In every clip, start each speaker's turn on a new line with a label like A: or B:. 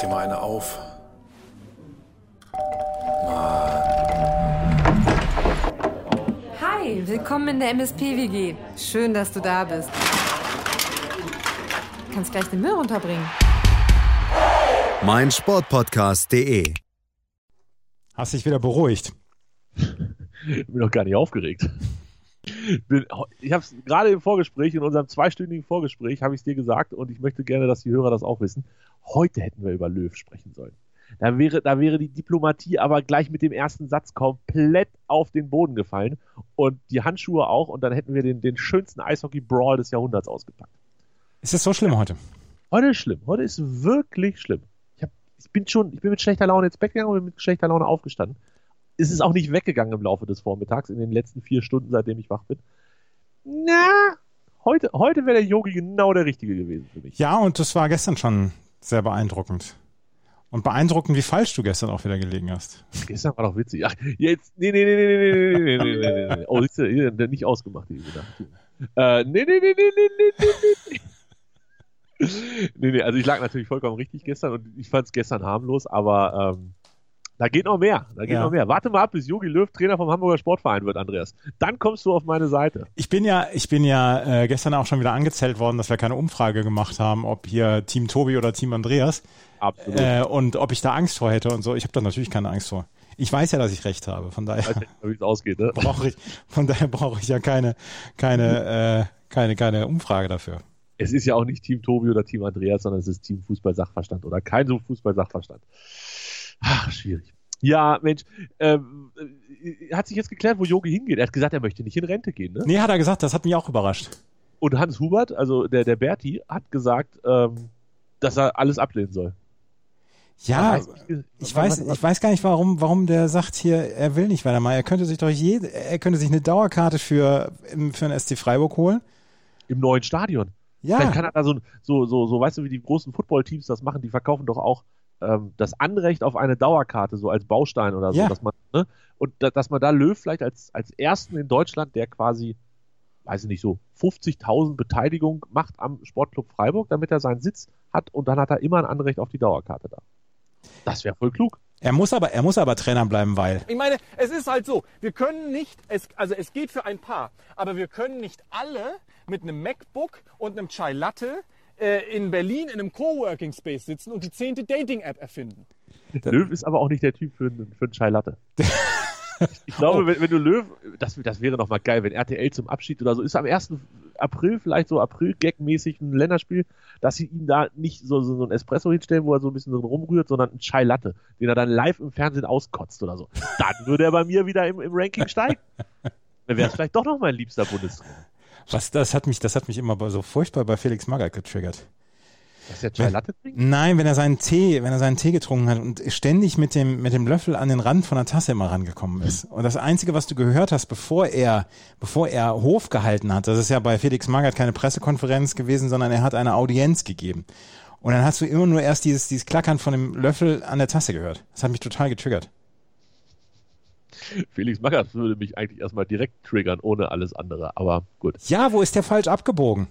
A: dir mal eine auf.
B: Hi, willkommen in der MSP-WG. Schön, dass du da bist. Du kannst gleich den Müll runterbringen.
C: mein Sportpodcast.de.
D: Hast dich wieder beruhigt.
E: Ich bin noch gar nicht aufgeregt. Bin, ich habe es gerade im Vorgespräch, in unserem zweistündigen Vorgespräch, habe ich es dir gesagt und ich möchte gerne, dass die Hörer das auch wissen. Heute hätten wir über Löw sprechen sollen. Da wäre, da wäre die Diplomatie aber gleich mit dem ersten Satz komplett auf den Boden gefallen und die Handschuhe auch und dann hätten wir den, den schönsten Eishockey-Brawl des Jahrhunderts ausgepackt.
D: Ist es so schlimm heute?
E: Heute ist schlimm. Heute ist wirklich schlimm. Ich, hab, ich bin schon, ich bin mit schlechter Laune ins Bett gegangen und bin mit schlechter Laune aufgestanden. Es ist auch nicht weggegangen im Laufe des Vormittags, in den letzten vier Stunden, seitdem ich wach bin. Na, heute, heute wäre der Yogi genau der Richtige gewesen für mich.
D: Ja, und das war gestern schon sehr beeindruckend. Und beeindruckend, wie falsch du gestern auch wieder gelegen hast.
E: Gestern war doch witzig. Ach, jetzt, nee, nee, nee, nee, nee, nee, nee, nee, nee, nee, nee. Oh, siehst du, hier, der nicht ausgemacht, diese Nacht. Äh, nee, nee, nee, nee, nee, nee, nee, nee. Nee, nee, also ich lag natürlich vollkommen richtig gestern und ich fand es gestern harmlos, aber ähm, da geht noch mehr. Da geht
D: Ja.
E: noch mehr. Warte mal ab, bis Jogi Löw Trainer vom Hamburger Sportverein wird, Andreas. Dann kommst du auf meine Seite.
D: Ich bin ja, ich bin ja äh, gestern auch schon wieder angezählt worden, dass wir keine Umfrage gemacht haben, ob hier Team Tobi oder Team Andreas
E: Absolut.
D: äh, und ob ich da Angst vor hätte und so. Ich habe da natürlich keine Angst vor. Ich weiß ja, dass ich recht habe. Von daher
E: Weiß nicht, wie es ausgeht, ne?
D: brauche ich, von daher brauche ich ja keine, keine, äh, keine, keine Umfrage dafür.
E: Es ist ja auch nicht Team Tobi oder Team Andreas, sondern es ist Team Fußball-Sachverstand oder kein so Fußball-Sachverstand. Ach, schwierig. Ja, Mensch, ähm, äh, hat sich jetzt geklärt, wo Jogi hingeht. Er hat gesagt, er möchte nicht in Rente gehen, ne?
D: Nee, hat er gesagt, das hat mich auch überrascht.
E: Und Hans Hubert, also der, der Berti, hat gesagt, ähm, dass er alles ablehnen soll.
D: Ja,
E: Das heißt, ich-
D: Ich weiß, ich weiß gar nicht, warum, warum der sagt hier, er will nicht weitermachen. Er könnte sich doch jede, er könnte sich eine Dauerkarte für, für den SC Freiburg holen.
E: Im neuen Stadion. Vielleicht kann
D: Ja,
E: er da so, ein- so, so, so, weißt du, wie die großen Footballteams das machen, die verkaufen doch auch ähm, das Anrecht auf eine Dauerkarte, so als Baustein oder so,
D: Ja.
E: dass man, ne? Und da, dass man da Löw vielleicht als, als ersten in Deutschland, der quasi, weiß ich nicht, so 50.000 Beteiligung macht am Sportclub Freiburg, damit er seinen Sitz hat und dann hat er immer ein Anrecht auf die Dauerkarte da. Das wäre voll klug.
D: er muss aber, er muss aber Trainer bleiben, weil.
F: Ich meine, es ist halt so, wir können nicht, es, also es geht für ein paar, aber wir können nicht alle mit einem MacBook und einem Chai Latte äh, in Berlin in einem Coworking Space sitzen und die zehnte Dating-App erfinden.
E: Löw ist aber auch nicht der Typ für, einen- für einen Chai Latte. Ich glaube, wenn, wenn du Löw, das, das wäre noch mal geil, wenn RTL zum Abschied oder so ist am 1. April vielleicht so April-Gag-mäßig ein Länderspiel, dass sie ihm da nicht so, so, so ein Espresso hinstellen, wo er so ein bisschen drin rumrührt, sondern ein Chai Latte, den er dann live im Fernsehen auskotzt oder so. Dann würde er bei mir wieder im, im Ranking steigen. Dann wäre es vielleicht doch noch mein liebster Bundestrainer.
D: Was, das hat mich, das hat mich immer bei- so furchtbar bei Felix Magath getriggert.
E: Dass der Chai Latte trinkt?
D: Nein, wenn er seinen Tee, wenn er seinen Tee getrunken hat und ständig mit dem, mit dem Löffel an den Rand von der Tasse immer rangekommen ist.
E: Hm.
D: Und das Einzige, was du gehört hast, bevor er, bevor er Hof gehalten hat, das ist ja bei Felix Magath keine Pressekonferenz gewesen, sondern er hat eine Audienz gegeben. Und dann hast du immer nur erst dieses, dieses Klackern von dem Löffel an der Tasse gehört. Das hat mich total getriggert.
E: Felix Magath würde mich eigentlich erstmal direkt triggern, ohne alles andere, aber gut.
D: Ja, wo ist der falsch abgebogen?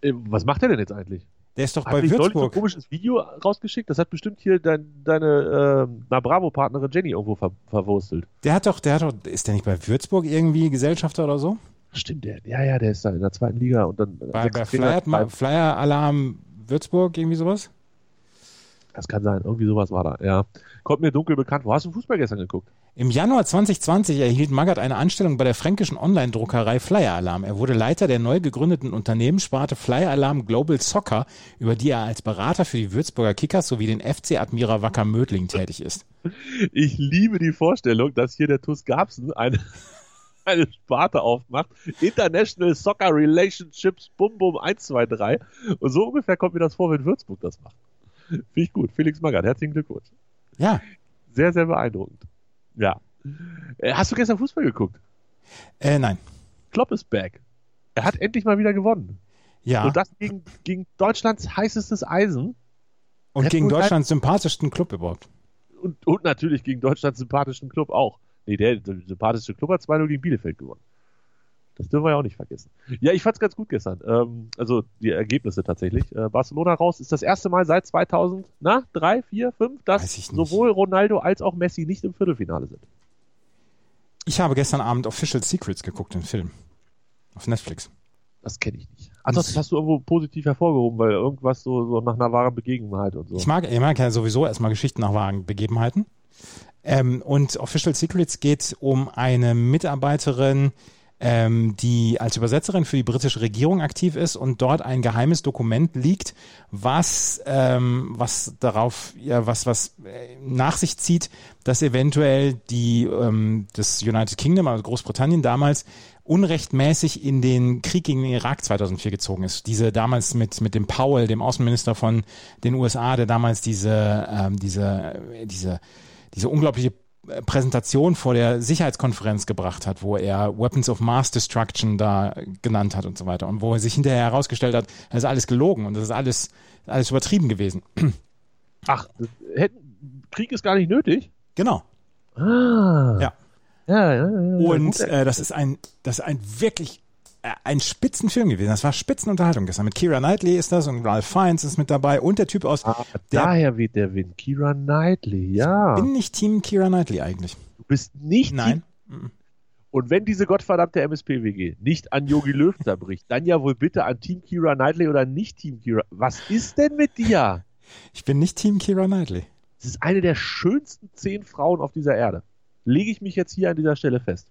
E: Ähm, Was macht er denn jetzt eigentlich?
D: Der ist doch
E: Hat
D: bei
E: nicht neulich so ein
D: Würzburg.
E: komisches Video rausgeschickt? Das hat bestimmt hier dein, deine äh, Na Bravo-Partnerin Jenny irgendwo ver verwurstelt.
D: Der hat doch, der hat doch, ist der nicht bei Würzburg irgendwie Gesellschafter oder so?
E: Stimmt, der, ja, ja, der ist da in der zweiten Liga und dann. äh,
D: Bei,
E: sechs
D: bei
E: Trainer-
D: Flyer, Flyer Alarm Würzburg, irgendwie sowas?
E: Das kann sein, irgendwie sowas war da, ja. Kommt mir dunkel bekannt. Wo hast du Fußball gestern geguckt?
D: Im Januar 2020 erhielt Magath eine Anstellung bei der fränkischen Online-Druckerei Flyer Alarm. Er wurde Leiter der neu gegründeten Unternehmenssparte Flyer Alarm Global Soccer, über die er als Berater für die Würzburger Kickers sowie den FC Admira Wacker Mödling tätig ist.
E: Ich liebe die Vorstellung, dass hier der Tuss Gabsen eine, eine Sparte aufmacht. International Soccer Relationships Bum Bum 123. Und so ungefähr kommt mir das vor, wenn Würzburg das macht. Finde ich gut. Felix Magath, herzlichen Glückwunsch.
D: Ja,
E: Sehr, sehr beeindruckend. Ja. Äh, Hast du gestern Fußball geguckt?
D: äh, nein.
E: Klopp ist back. Er hat endlich mal wieder gewonnen.
D: Ja,
E: Und
D: und,
E: das gegen, gegen Deutschlands heißestes Eisen
D: gegen
E: Red Bull
D: Deutschlands sympathischsten Club überhaupt.
E: und, und natürlich gegen Deutschlands sympathischen Club auch. Nee, der sympathische Club hat 2-0 gegen Bielefeld gewonnen. Das dürfen wir ja auch nicht vergessen. Ja, ich fand's ganz gut gestern. Ähm, also die Ergebnisse tatsächlich. Äh, Barcelona raus ist das erste Mal seit 2000, na, drei, vier, fünf,
D: Weiß ich
E: dass
D: nicht.
E: sowohl Ronaldo als auch Messi nicht im Viertelfinale sind.
D: Ich habe gestern Abend Official Secrets geguckt, den Film. Auf Netflix.
E: Das kenne ich nicht. Also das hast du irgendwo positiv hervorgehoben, weil irgendwas so, so nach einer wahren Begebenheit und so.
D: Ich mag, ich mag ja sowieso erstmal Geschichten nach wahren Begebenheiten. Ähm, und Official Secrets geht um eine Mitarbeiterin, ähm, die als Übersetzerin für die britische Regierung aktiv ist und dort ein geheimes Dokument liegt, was, ähm, was darauf, ja, was, was äh, nach sich zieht, dass eventuell die, ähm, das United Kingdom, also Großbritannien damals, unrechtmäßig in den Krieg gegen den Irak 2004 gezogen ist. Diese damals mit, mit dem Powell, dem Außenminister von den USA, der damals diese, ähm, diese, äh, diese, diese unglaubliche äh, Präsentation vor der Sicherheitskonferenz gebracht hat, wo er Weapons of Mass Destruction da äh, genannt hat und so weiter und wo er sich hinterher herausgestellt hat, das ist alles gelogen und das ist alles, alles übertrieben gewesen.
E: Ach, das, Äh, hätten, Krieg ist gar nicht nötig.
D: Genau.
E: Ah.
D: Ja.
E: Ja, ja, ja.
D: Und
E: Gut,
D: äh, das ist ein, das ist ein wirklich äh, ein Spitzenfilm gewesen. Das war Spitzenunterhaltung gestern. Mit Kira Knightley ist das und Ralph Fiennes ist mit dabei und der Typ aus.
E: ah,
D: der
E: daher weht der Wind. Kira Knightley, ja.
D: bin nicht Team Kira Knightley eigentlich.
E: Du bist nicht
D: Nein.
E: Und wenn diese gottverdammte MSPWG nicht an Yogi Löw zerbricht, dann ja wohl bitte an Team Kira Knightley oder nicht Team Kira. Was ist denn mit dir?
D: Ich bin nicht Team Kira Knightley.
E: Das ist eine der schönsten zehn Frauen auf dieser Erde. Lege ich mich jetzt hier an dieser Stelle fest.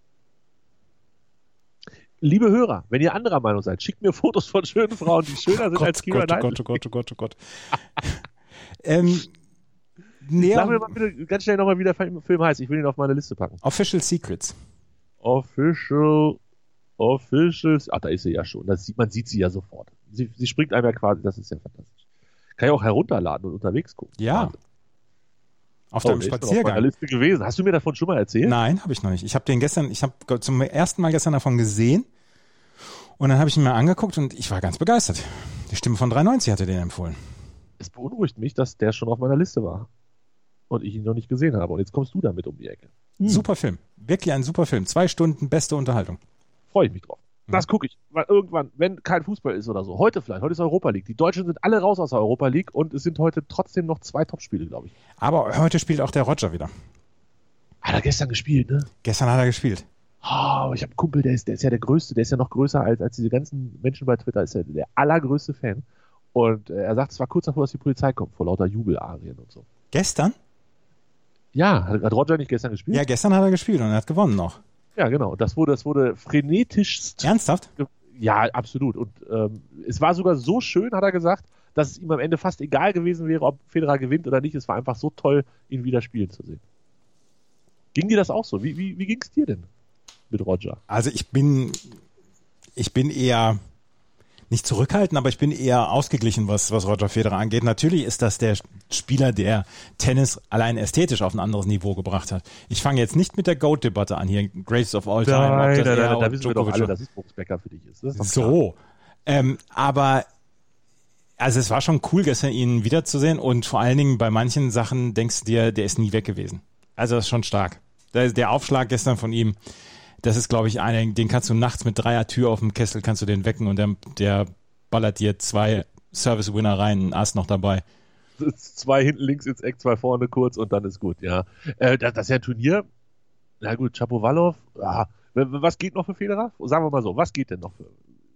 E: Liebe Hörer, wenn ihr anderer Meinung seid, schickt mir Fotos von schönen Frauen, die schöner sind als Kira
D: Gott, oh
E: Knightley.
D: Gott, oh Gott, oh Gott, oh Gott. ähm,
E: Sag mir
D: näher,
E: mal bitte ganz schnell nochmal, wie der Film heißt. Ich will ihn auf meine Liste packen.
D: Official Secrets.
E: Official, Officials. Ach, da ist sie ja schon. Das sieht, man sieht sie ja sofort. Sie, sie springt einem ja quasi, das ist ja fantastisch. Kann ich auch herunterladen und unterwegs gucken.
D: Ja.
E: Wahnsinn.
D: Auf
E: Oh,
D: deinem
E: der ist noch Auf meiner
D: Spaziergang.
E: Liste gewesen. Hast du mir davon schon mal erzählt?
D: Nein, habe ich noch nicht. Ich habe den gestern, ich habe zum ersten Mal gestern davon gesehen und dann habe ich ihn mir angeguckt und ich war ganz begeistert. Die Stimme von 93 hatte den empfohlen.
E: Es beunruhigt mich, dass der schon auf meiner Liste war. Und ich ihn noch nicht gesehen habe. Und jetzt kommst du damit um die Ecke.
D: Super Film, wirklich ein super Film. Zwei Stunden beste Unterhaltung.
E: Freue ich mich drauf. Das gucke ich. Weil irgendwann, wenn kein Fußball ist oder so. Heute vielleicht. Heute ist Europa League. Die Deutschen sind alle raus aus der Europa League und es sind heute trotzdem noch zwei Topspiele, glaube ich.
D: Aber heute spielt auch der Roger wieder.
E: Hat er gestern gespielt, ne?
D: Gestern hat er gespielt.
E: Oh, ich habe einen Kumpel, der ist, der ist ja der Größte, der ist ja noch größer als, als diese ganzen Menschen bei Twitter, ist ja der allergrößte Fan. Und äh, er sagt, es war kurz davor, dass die Polizei kommt, vor lauter Jubelarien und so.
D: Gestern?
E: Ja, hat, hat Roger nicht gestern gespielt?
D: Ja, gestern hat er gespielt und er hat gewonnen noch.
E: ja genau. Das wurde, das wurde frenetischst.
D: Ernsthaft?
E: Ja, absolut. Und ähm, es war sogar so schön, hat er gesagt, dass es ihm am Ende fast egal gewesen wäre, ob Federer gewinnt oder nicht. Es war einfach so toll, ihn wieder spielen zu sehen. Ging dir das auch so? Wie, wie, wie ging es dir denn mit Roger?
D: Also ich bin, ich bin eher nicht zurückhaltend, aber ich bin eher ausgeglichen, was, was Roger Federer angeht. Natürlich ist das der Spieler, der Tennis allein ästhetisch auf ein anderes Niveau gebracht hat. Ich fange jetzt nicht mit der GOAT-Debatte an hier, Greatest of All Time. ob das er oder
E: da wissen wir doch
D: Djokovic
E: alle,
D: war.
E: dass es Bruchsbecker für dich ist. ne? Das ist doch klar.
D: So. Ähm, aber also es war schon cool, gestern ihn wiederzusehen und vor allen Dingen bei manchen Sachen denkst du dir, der ist nie weg gewesen. Also das ist schon stark. Der, der Aufschlag gestern von ihm, das ist, glaube ich, einer, den kannst du nachts mit dreier Tür auf dem Kessel, kannst du den wecken und der, der ballert dir zwei Service-Winner rein, ein Ass noch dabei.
E: zwei hinten links ins Eck, zwei vorne kurz und dann ist gut, ja. Äh, das, das ist ja ein Turnier. Na gut, Chapovalov. Ah, w- w- was geht noch für Federer? Sagen wir mal so, was geht denn noch für.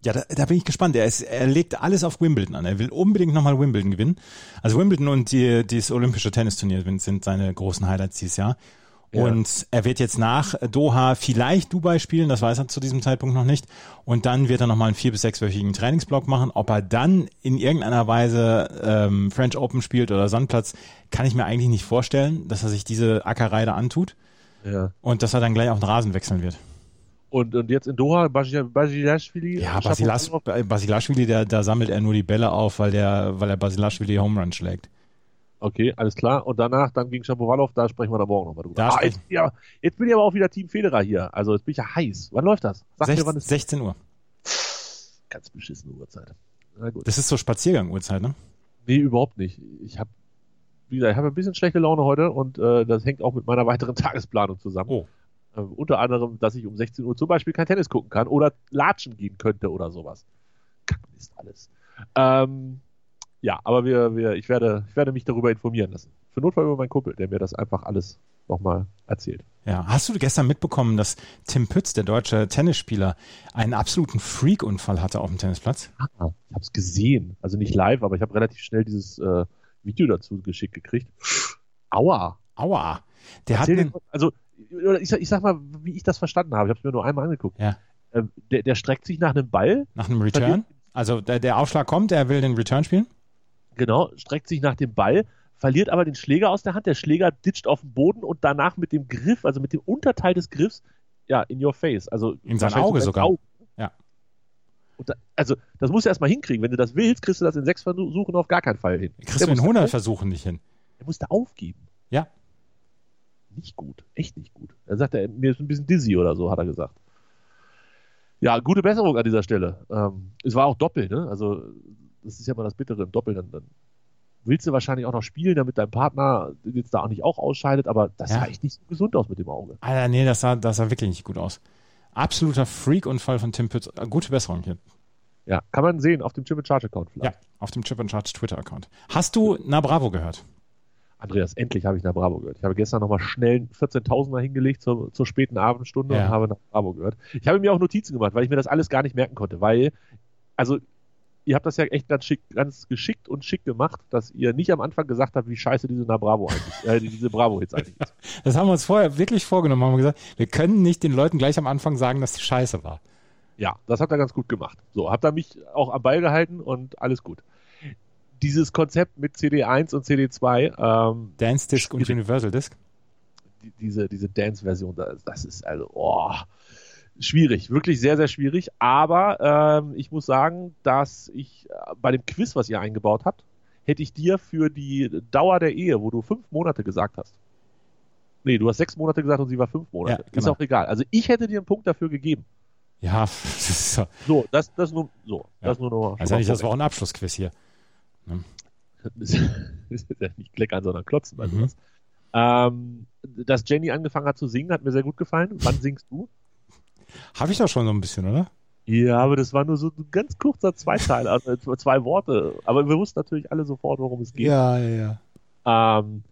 D: Ja, da, da bin ich gespannt. Er, ist, er legt alles auf Wimbledon an. Er will unbedingt nochmal Wimbledon gewinnen. Also Wimbledon und die, dieses olympische Tennisturnier sind seine großen Highlights dieses Jahr.
E: Ja.
D: Und er wird jetzt nach Doha vielleicht Dubai spielen, das weiß er zu diesem Zeitpunkt noch nicht. Und dann wird er nochmal einen vier- bis sechswöchigen Trainingsblock machen. Ob er dann in irgendeiner Weise ähm, French Open spielt oder Sandplatz, kann ich mir eigentlich nicht vorstellen, dass er sich diese Ackerei da antut
E: Ja.
D: und dass er dann gleich auf den Rasen wechseln wird.
E: Und, und jetzt in Doha, Basi- Basilashvili.
D: Ja, Basilas,
E: Shapovalov.
D: Basilashvili, da, da sammelt er nur die Bälle auf, weil der, weil er Basilashvili Home Run schlägt.
E: Okay, alles klar. Und danach dann gegen Chapovalov, da sprechen wir dann morgen nochmal drüber.
D: Da
E: Ah,
D: sprechen-
E: jetzt, bin ich aber, jetzt bin ich aber auch wieder Team Federer hier. Also jetzt bin ich ja heiß. Wann läuft das? Sag mir,
D: 16,
E: wann ist
D: 16 Uhr.
E: ganz beschissene Uhrzeit. Na gut.
D: Das ist so Spaziergang-Uhrzeit, ne?
E: Nee, überhaupt nicht. Ich habe, wie gesagt, ich habe ein bisschen schlechte Laune heute und äh, das hängt auch mit meiner weiteren Tagesplanung zusammen.
D: Oh.
E: Äh, unter anderem, dass ich um 16 Uhr zum Beispiel kein Tennis gucken kann oder latschen gehen könnte oder sowas. Kackmist alles. Ähm, ja, aber wir, wir, ich, werde, ich werde mich darüber informieren lassen. Für Notfall über meinen Kumpel, der mir das einfach alles nochmal erzählt.
D: Ja, hast du gestern mitbekommen, dass Tim Pütz, der deutsche Tennisspieler, einen absoluten Freak-Unfall hatte auf dem Tennisplatz?
E: Ah, ich habe es gesehen. Also nicht live, aber ich habe relativ schnell dieses äh, Video dazu geschickt gekriegt. Aua.
D: Aua. Der hat
E: Erzähl
D: einen,
E: den, also, oder ich, sag- ich sag mal, wie ich das verstanden habe. Ich habe es mir nur einmal angeguckt.
D: Ja.
E: Ähm, der, der streckt sich nach einem Ball,
D: nach einem Return, also der, der Aufschlag kommt, er will den Return spielen.
E: genau, streckt sich nach dem Ball, verliert aber den Schläger aus der Hand. Der Schläger ditcht auf den Boden und danach mit dem Griff, also mit dem Unterteil des Griffs, ja, in your face. Also
D: In sein
E: wahrscheinlich
D: Auge
E: in
D: sogar.
E: Auge.
D: Ja.
E: Und da, also, das musst du erstmal hinkriegen. Wenn du das willst, kriegst du das in sechs Versuchen auf gar keinen Fall hin.
D: Kriegst
E: Der
D: du in
E: musste
D: 100
E: auf-
D: Versuchen nicht hin.
E: Er musste aufgeben.
D: Ja.
E: Nicht gut. Echt nicht gut. Er sagt, er, mir ist ein bisschen dizzy oder so, hat er gesagt. Ja, gute Besserung an dieser Stelle. Ähm, es war auch Doppel, ne? Also, das ist ja mal das Bittere im Doppel. Dann, dann willst du wahrscheinlich auch noch spielen, damit dein Partner jetzt da auch nicht auch ausscheidet, aber das
D: Ja.
E: sah echt nicht so gesund aus mit dem Auge.
D: Alter, nee, das sah, das sah wirklich nicht gut aus. Absoluter Freak-Unfall von Tim Pütz. Äh, Gute Besserung hier.
E: Ja, kann man sehen auf dem Jim and Charge Account vielleicht.
D: Ja, auf dem Chip and Charge Twitter-Account. Hast du Na Bravo gehört?
E: Andreas, endlich habe ich nach Bravo gehört. Ich habe gestern nochmal schnell einen 14.000er hingelegt zur, zur späten Abendstunde
D: Ja.
E: und habe nach Bravo gehört. Ich habe mir auch Notizen gemacht, weil ich mir das alles gar nicht merken konnte, weil, also, ihr habt das ja echt ganz, schick, ganz geschickt und schick gemacht, dass ihr nicht am Anfang gesagt habt, wie scheiße diese Na Bravo eigentlich, äh, diese Bravo-Hits eigentlich ist.
D: Das haben wir uns vorher wirklich vorgenommen, haben wir gesagt, wir können nicht den Leuten gleich am Anfang sagen, dass die scheiße war.
E: Ja, das habt ihr ganz gut gemacht. So, habt ihr mich auch am Ball gehalten und alles gut. Dieses Konzept mit CD1 und CD2, ähm,
D: Dance Disc und
E: Schwierig.
D: Universal Disc.
E: die- diese, diese Dance-Version, das, das ist also, oh, schwierig, wirklich sehr, sehr schwierig. Aber ähm, ich muss sagen, dass ich äh, bei dem Quiz, was ihr eingebaut habt, hätte ich dir für die Dauer der Ehe, wo du fünf Monate gesagt hast, nee, du hast sechs Monate gesagt und sie war fünf Monate,
D: Ja,
E: ist
D: genau.
E: auch egal. Also ich hätte dir einen Punkt dafür gegeben.
D: Ja, das ist ja,
E: So, das, das nur, so,
D: Ja.
E: das nur noch.
D: also eigentlich, das war auch ein Abschlussquiz hier.
E: das ist ja nicht kleckern, sondern klotzen bei
D: Mhm.
E: sowas. Ähm, dass Jenny angefangen hat zu singen, hat mir sehr gut gefallen. Wann singst du?
D: Habe ich doch schon so ein bisschen, oder?
E: Ja, aber das war nur so ein ganz kurzer Zweiteil, also zwei Worte. Aber wir wussten natürlich alle sofort, worum es geht.
D: Ja, ja, ja.
E: Ähm,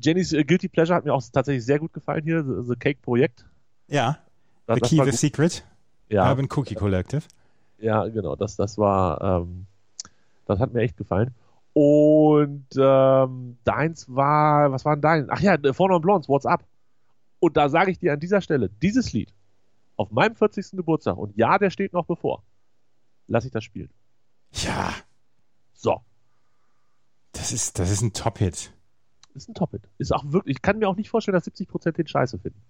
E: Jennys äh, Guilty Pleasure hat mir auch tatsächlich sehr gut gefallen hier, The, the Cake Projekt.
D: Ja,
E: Das,
D: The
E: das
D: Key,
E: war
D: The
E: gut.
D: Secret,
E: ja,
D: Urban Cookie Collective.
E: ja, genau, das, das war, ähm, das hat mir echt gefallen. Und ähm, deins war, was war denn dein? Ach ja, Four Non Blondes, What's Up. Und da sage ich dir an dieser Stelle, dieses Lied auf meinem 40. Geburtstag, und ja, der steht noch bevor, lasse ich das spielen.
D: Ja,
E: So.
D: das ist, das ist ein Top-Hit.
E: Ist ein Top-Hit. Ist auch wirklich, ich kann mir auch nicht vorstellen, dass 70% den Scheiße finden.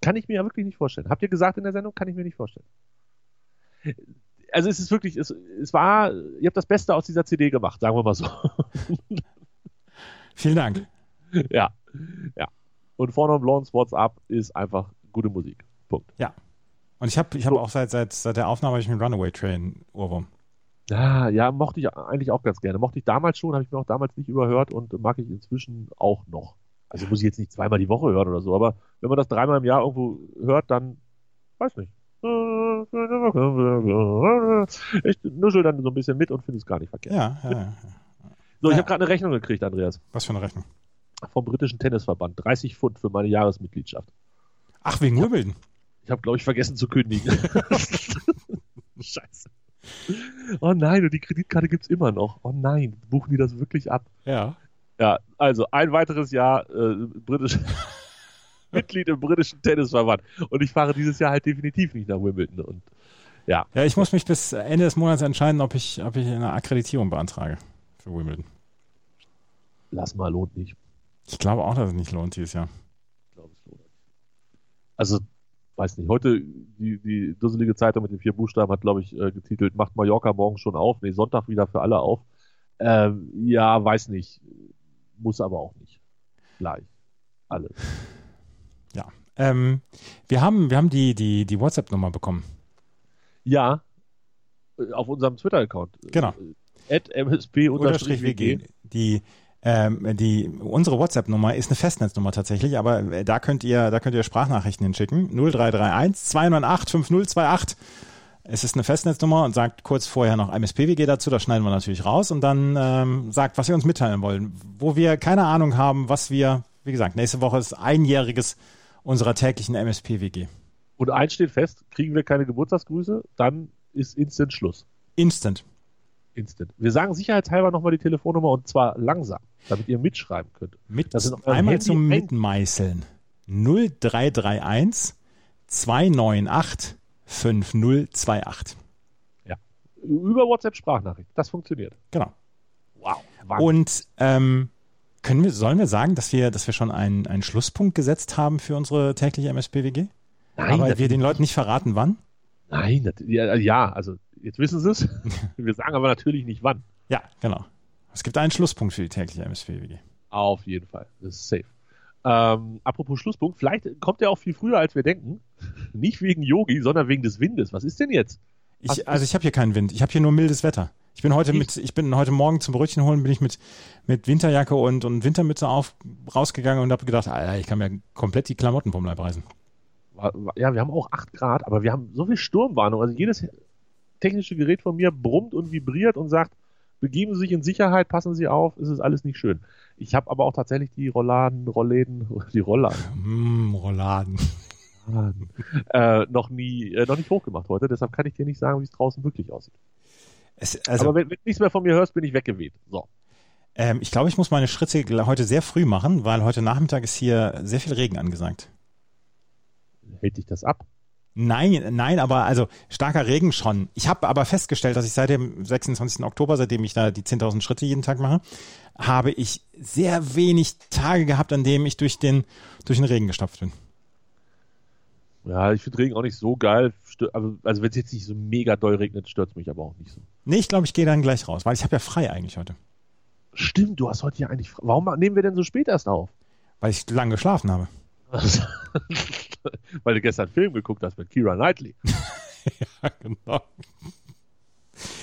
E: Kann ich mir ja wirklich nicht vorstellen. Habt ihr gesagt in der Sendung, kann ich mir nicht vorstellen. Also es ist wirklich, es, es war, ihr habt das Beste aus dieser CD gemacht, sagen wir mal so.
D: Vielen Dank.
E: ja. Ja. Und vorne Blondes What's Up ist einfach gute Musik. Punkt.
D: Und ich habe ich hab auch seit, seit, seit der Aufnahme hab ich einen Runaway Train Ohrwurm.
E: Ja, ja, mochte ich eigentlich auch ganz gerne. Mochte ich damals schon, habe ich mir auch damals nicht überhört und mag ich inzwischen auch noch. Also muss ich jetzt nicht zweimal die Woche hören oder so, aber wenn man das dreimal im Jahr irgendwo hört, dann weiß nicht. Ich nuschel dann so ein bisschen mit und finde es gar nicht verkehrt.
D: Ja, ja, ja.
E: So, ich
D: Ja.
E: habe gerade eine Rechnung gekriegt, Andreas,
D: Was für eine Rechnung.
E: vom britischen Tennisverband. 30 Pfund für meine Jahresmitgliedschaft.
D: Ach, wegen Wimbledon.
E: Ich habe, glaube ich, vergessen zu kündigen. Scheiße. Oh nein, und die Kreditkarte gibt's immer noch. Oh nein, buchen die das wirklich ab?
D: Ja.
E: Ja, also ein weiteres Jahr äh, britisch Mitglied im britischen Tennisverband. Und ich fahre dieses Jahr halt definitiv nicht nach Wimbledon. Und
D: Ja, ich muss mich bis Ende des Monats entscheiden, ob ich, ob ich eine Akkreditierung beantrage für Wimbledon.
E: lass mal, lohnt nicht.
D: Ich glaube auch, dass es nicht lohnt dieses Jahr.
E: Ich glaube, es lohnt nicht. Also, weiß nicht. Heute die, die dusselige Zeitung mit den vier Buchstaben hat, glaube ich, äh, getitelt, macht Mallorca morgen schon auf. Nee, Sonntag wieder für alle auf. Ähm, ja, weiß nicht. Muss aber auch nicht. Gleich. Alle.
D: Ähm, wir haben, wir haben die, die, die WhatsApp-Nummer bekommen.
E: Ja, äh, auf unserem Twitter-Account.
D: Genau.
E: At msp-wg.
D: Die Ähm, die, unsere WhatsApp-Nummer ist eine Festnetznummer tatsächlich, aber äh, da könnt ihr, da könnt ihr Sprachnachrichten hinschicken. 0331 298 5028. Es ist eine Festnetznummer und sagt kurz vorher noch MSPWG dazu, das schneiden wir natürlich raus und dann ähm, sagt, was ihr uns mitteilen wollen, wo wir keine Ahnung haben, was wir, wie gesagt, nächste Woche ist einjähriges unserer täglichen MSPWG.
E: Und eins steht fest, kriegen wir keine Geburtstagsgrüße, dann ist instant Schluss.
D: Instant.
E: Instant. Wir sagen sicherheitshalber nochmal die Telefonnummer und zwar langsam, damit ihr mitschreiben könnt.
D: Mit,
E: Das ist auf eurem
D: einmal
E: äh, Handy
D: zum
E: ein-
D: Mitmeißeln. 0331 298 5028.
E: Über WhatsApp-Sprachnachricht. Das funktioniert.
D: Genau.
E: Wow. Wahnsinn.
D: Und ähm, können wir, sollen wir sagen, dass wir, dass wir schon einen, einen Schlusspunkt gesetzt haben für unsere tägliche MSPWG?
E: nein,
D: Aber
E: das,
D: wir den Leuten nicht verraten, wann?
E: nein das, ja, ja, also jetzt wissen sie es. wir sagen aber natürlich nicht wann.
D: Ja, genau. Es gibt einen Schlusspunkt für die tägliche MSPWG.
E: Auf jeden Fall. Das ist safe. Ähm, apropos Schlusspunkt, vielleicht kommt er auch viel früher, als wir denken. Nicht wegen Yogi, sondern wegen des Windes. Was ist denn jetzt? Hast
D: Ich,
E: du-
D: also ich habe hier keinen Wind. Ich habe hier nur mildes Wetter. Ich bin
E: Hm.
D: heute mit, ich bin heute Morgen zum Brötchen holen, bin ich mit, mit Winterjacke und, und Wintermütze auf rausgegangen und habe gedacht, Alter, ich kann mir komplett die Klamotten vom Leib reißen.
E: War- war- Ja, wir haben auch 8 Grad, aber wir haben so viel Sturmwarnung. Also jedes technische Gerät von mir brummt und vibriert und sagt, begeben Sie sich in Sicherheit, passen Sie auf, es ist alles nicht schön. Ich habe aber auch tatsächlich die Rolladen, Rollläden, die Rollladen
D: Mm, Rolladen.
E: äh, noch nie, äh, noch nicht hochgemacht heute. Deshalb kann ich dir nicht sagen, wie es draußen wirklich aussieht.
D: Es, also,
E: aber wenn, wenn du nichts mehr von mir hörst, bin ich weggeweht. So.
D: ähm, ich glaube, ich muss meine Schritte gl- heute sehr früh machen, weil heute Nachmittag ist hier sehr viel Regen angesagt.
E: Hält dich das ab?
D: Nein, nein, aber also starker Regen schon. Ich habe aber festgestellt, dass ich seit dem 26. Oktober, seitdem ich da die 10.000 Schritte jeden Tag mache, habe ich sehr wenig Tage gehabt, an denen ich durch den, durch den Regen gestopft bin.
E: Ja, ich finde Regen auch nicht so geil. Stö- Also, also wenn es jetzt nicht so mega doll regnet, stört es mich aber auch nicht so.
D: Nee, ich glaube, ich gehe dann gleich raus, weil ich habe ja frei eigentlich heute.
E: Stimmt, du hast heute ja eigentlich. fra- Warum nehmen wir denn so spät erst auf?
D: Weil ich lang geschlafen habe.
E: Weil du gestern einen Film geguckt hast mit Kira Knightley.
D: genau.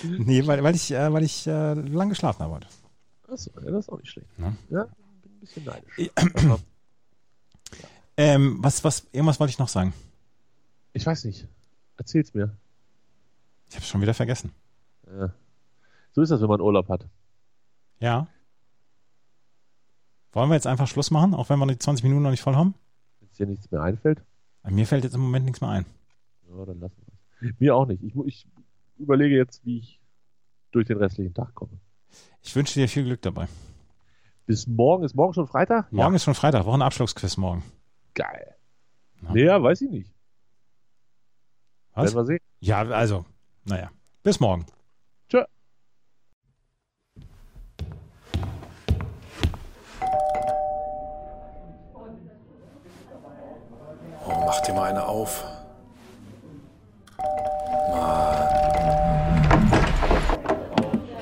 D: Nee, weil, weil ich, äh, weil ich äh, lang geschlafen habe heute.
E: Achso, ja, das ist auch nicht schlecht.
D: Ja.
E: Ja, bin ein bisschen neidisch.
D: Ich-
E: Aber
D: Ähm, was, was, irgendwas wollte ich noch sagen.
E: ich weiß nicht. Erzähl's mir.
D: Ich habe es schon wieder vergessen.
E: Ja. So ist das, wenn man Urlaub hat.
D: Ja. Wollen wir jetzt einfach Schluss machen, auch wenn wir die 20 Minuten noch nicht voll haben?
E: Wenn dir nichts mehr einfällt,
D: Mir fällt jetzt im Moment nichts mehr ein.
E: ja, dann lassen wir es. Mir auch nicht. Ich, mu- ich überlege jetzt, wie ich durch den restlichen Tag komme.
D: Ich wünsche dir viel Glück dabei.
E: Bis morgen. Ist morgen schon Freitag?
D: Morgen ist schon Freitag, Wochenabschlussquiz morgen.
E: Ja, geil.
D: Ja.
E: Naja, weiß ich nicht.
D: Was?
E: Werden wir sehen.
D: Ja, also, naja. Bis morgen.
E: Tschö.
A: Oh, mach dir mal eine auf.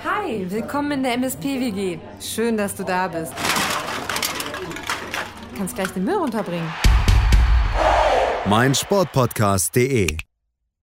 B: Hi, willkommen in der MSP-WG. Schön, dass du da bist. Kannst gleich den Müll runterbringen.
C: meinsportpodcast.de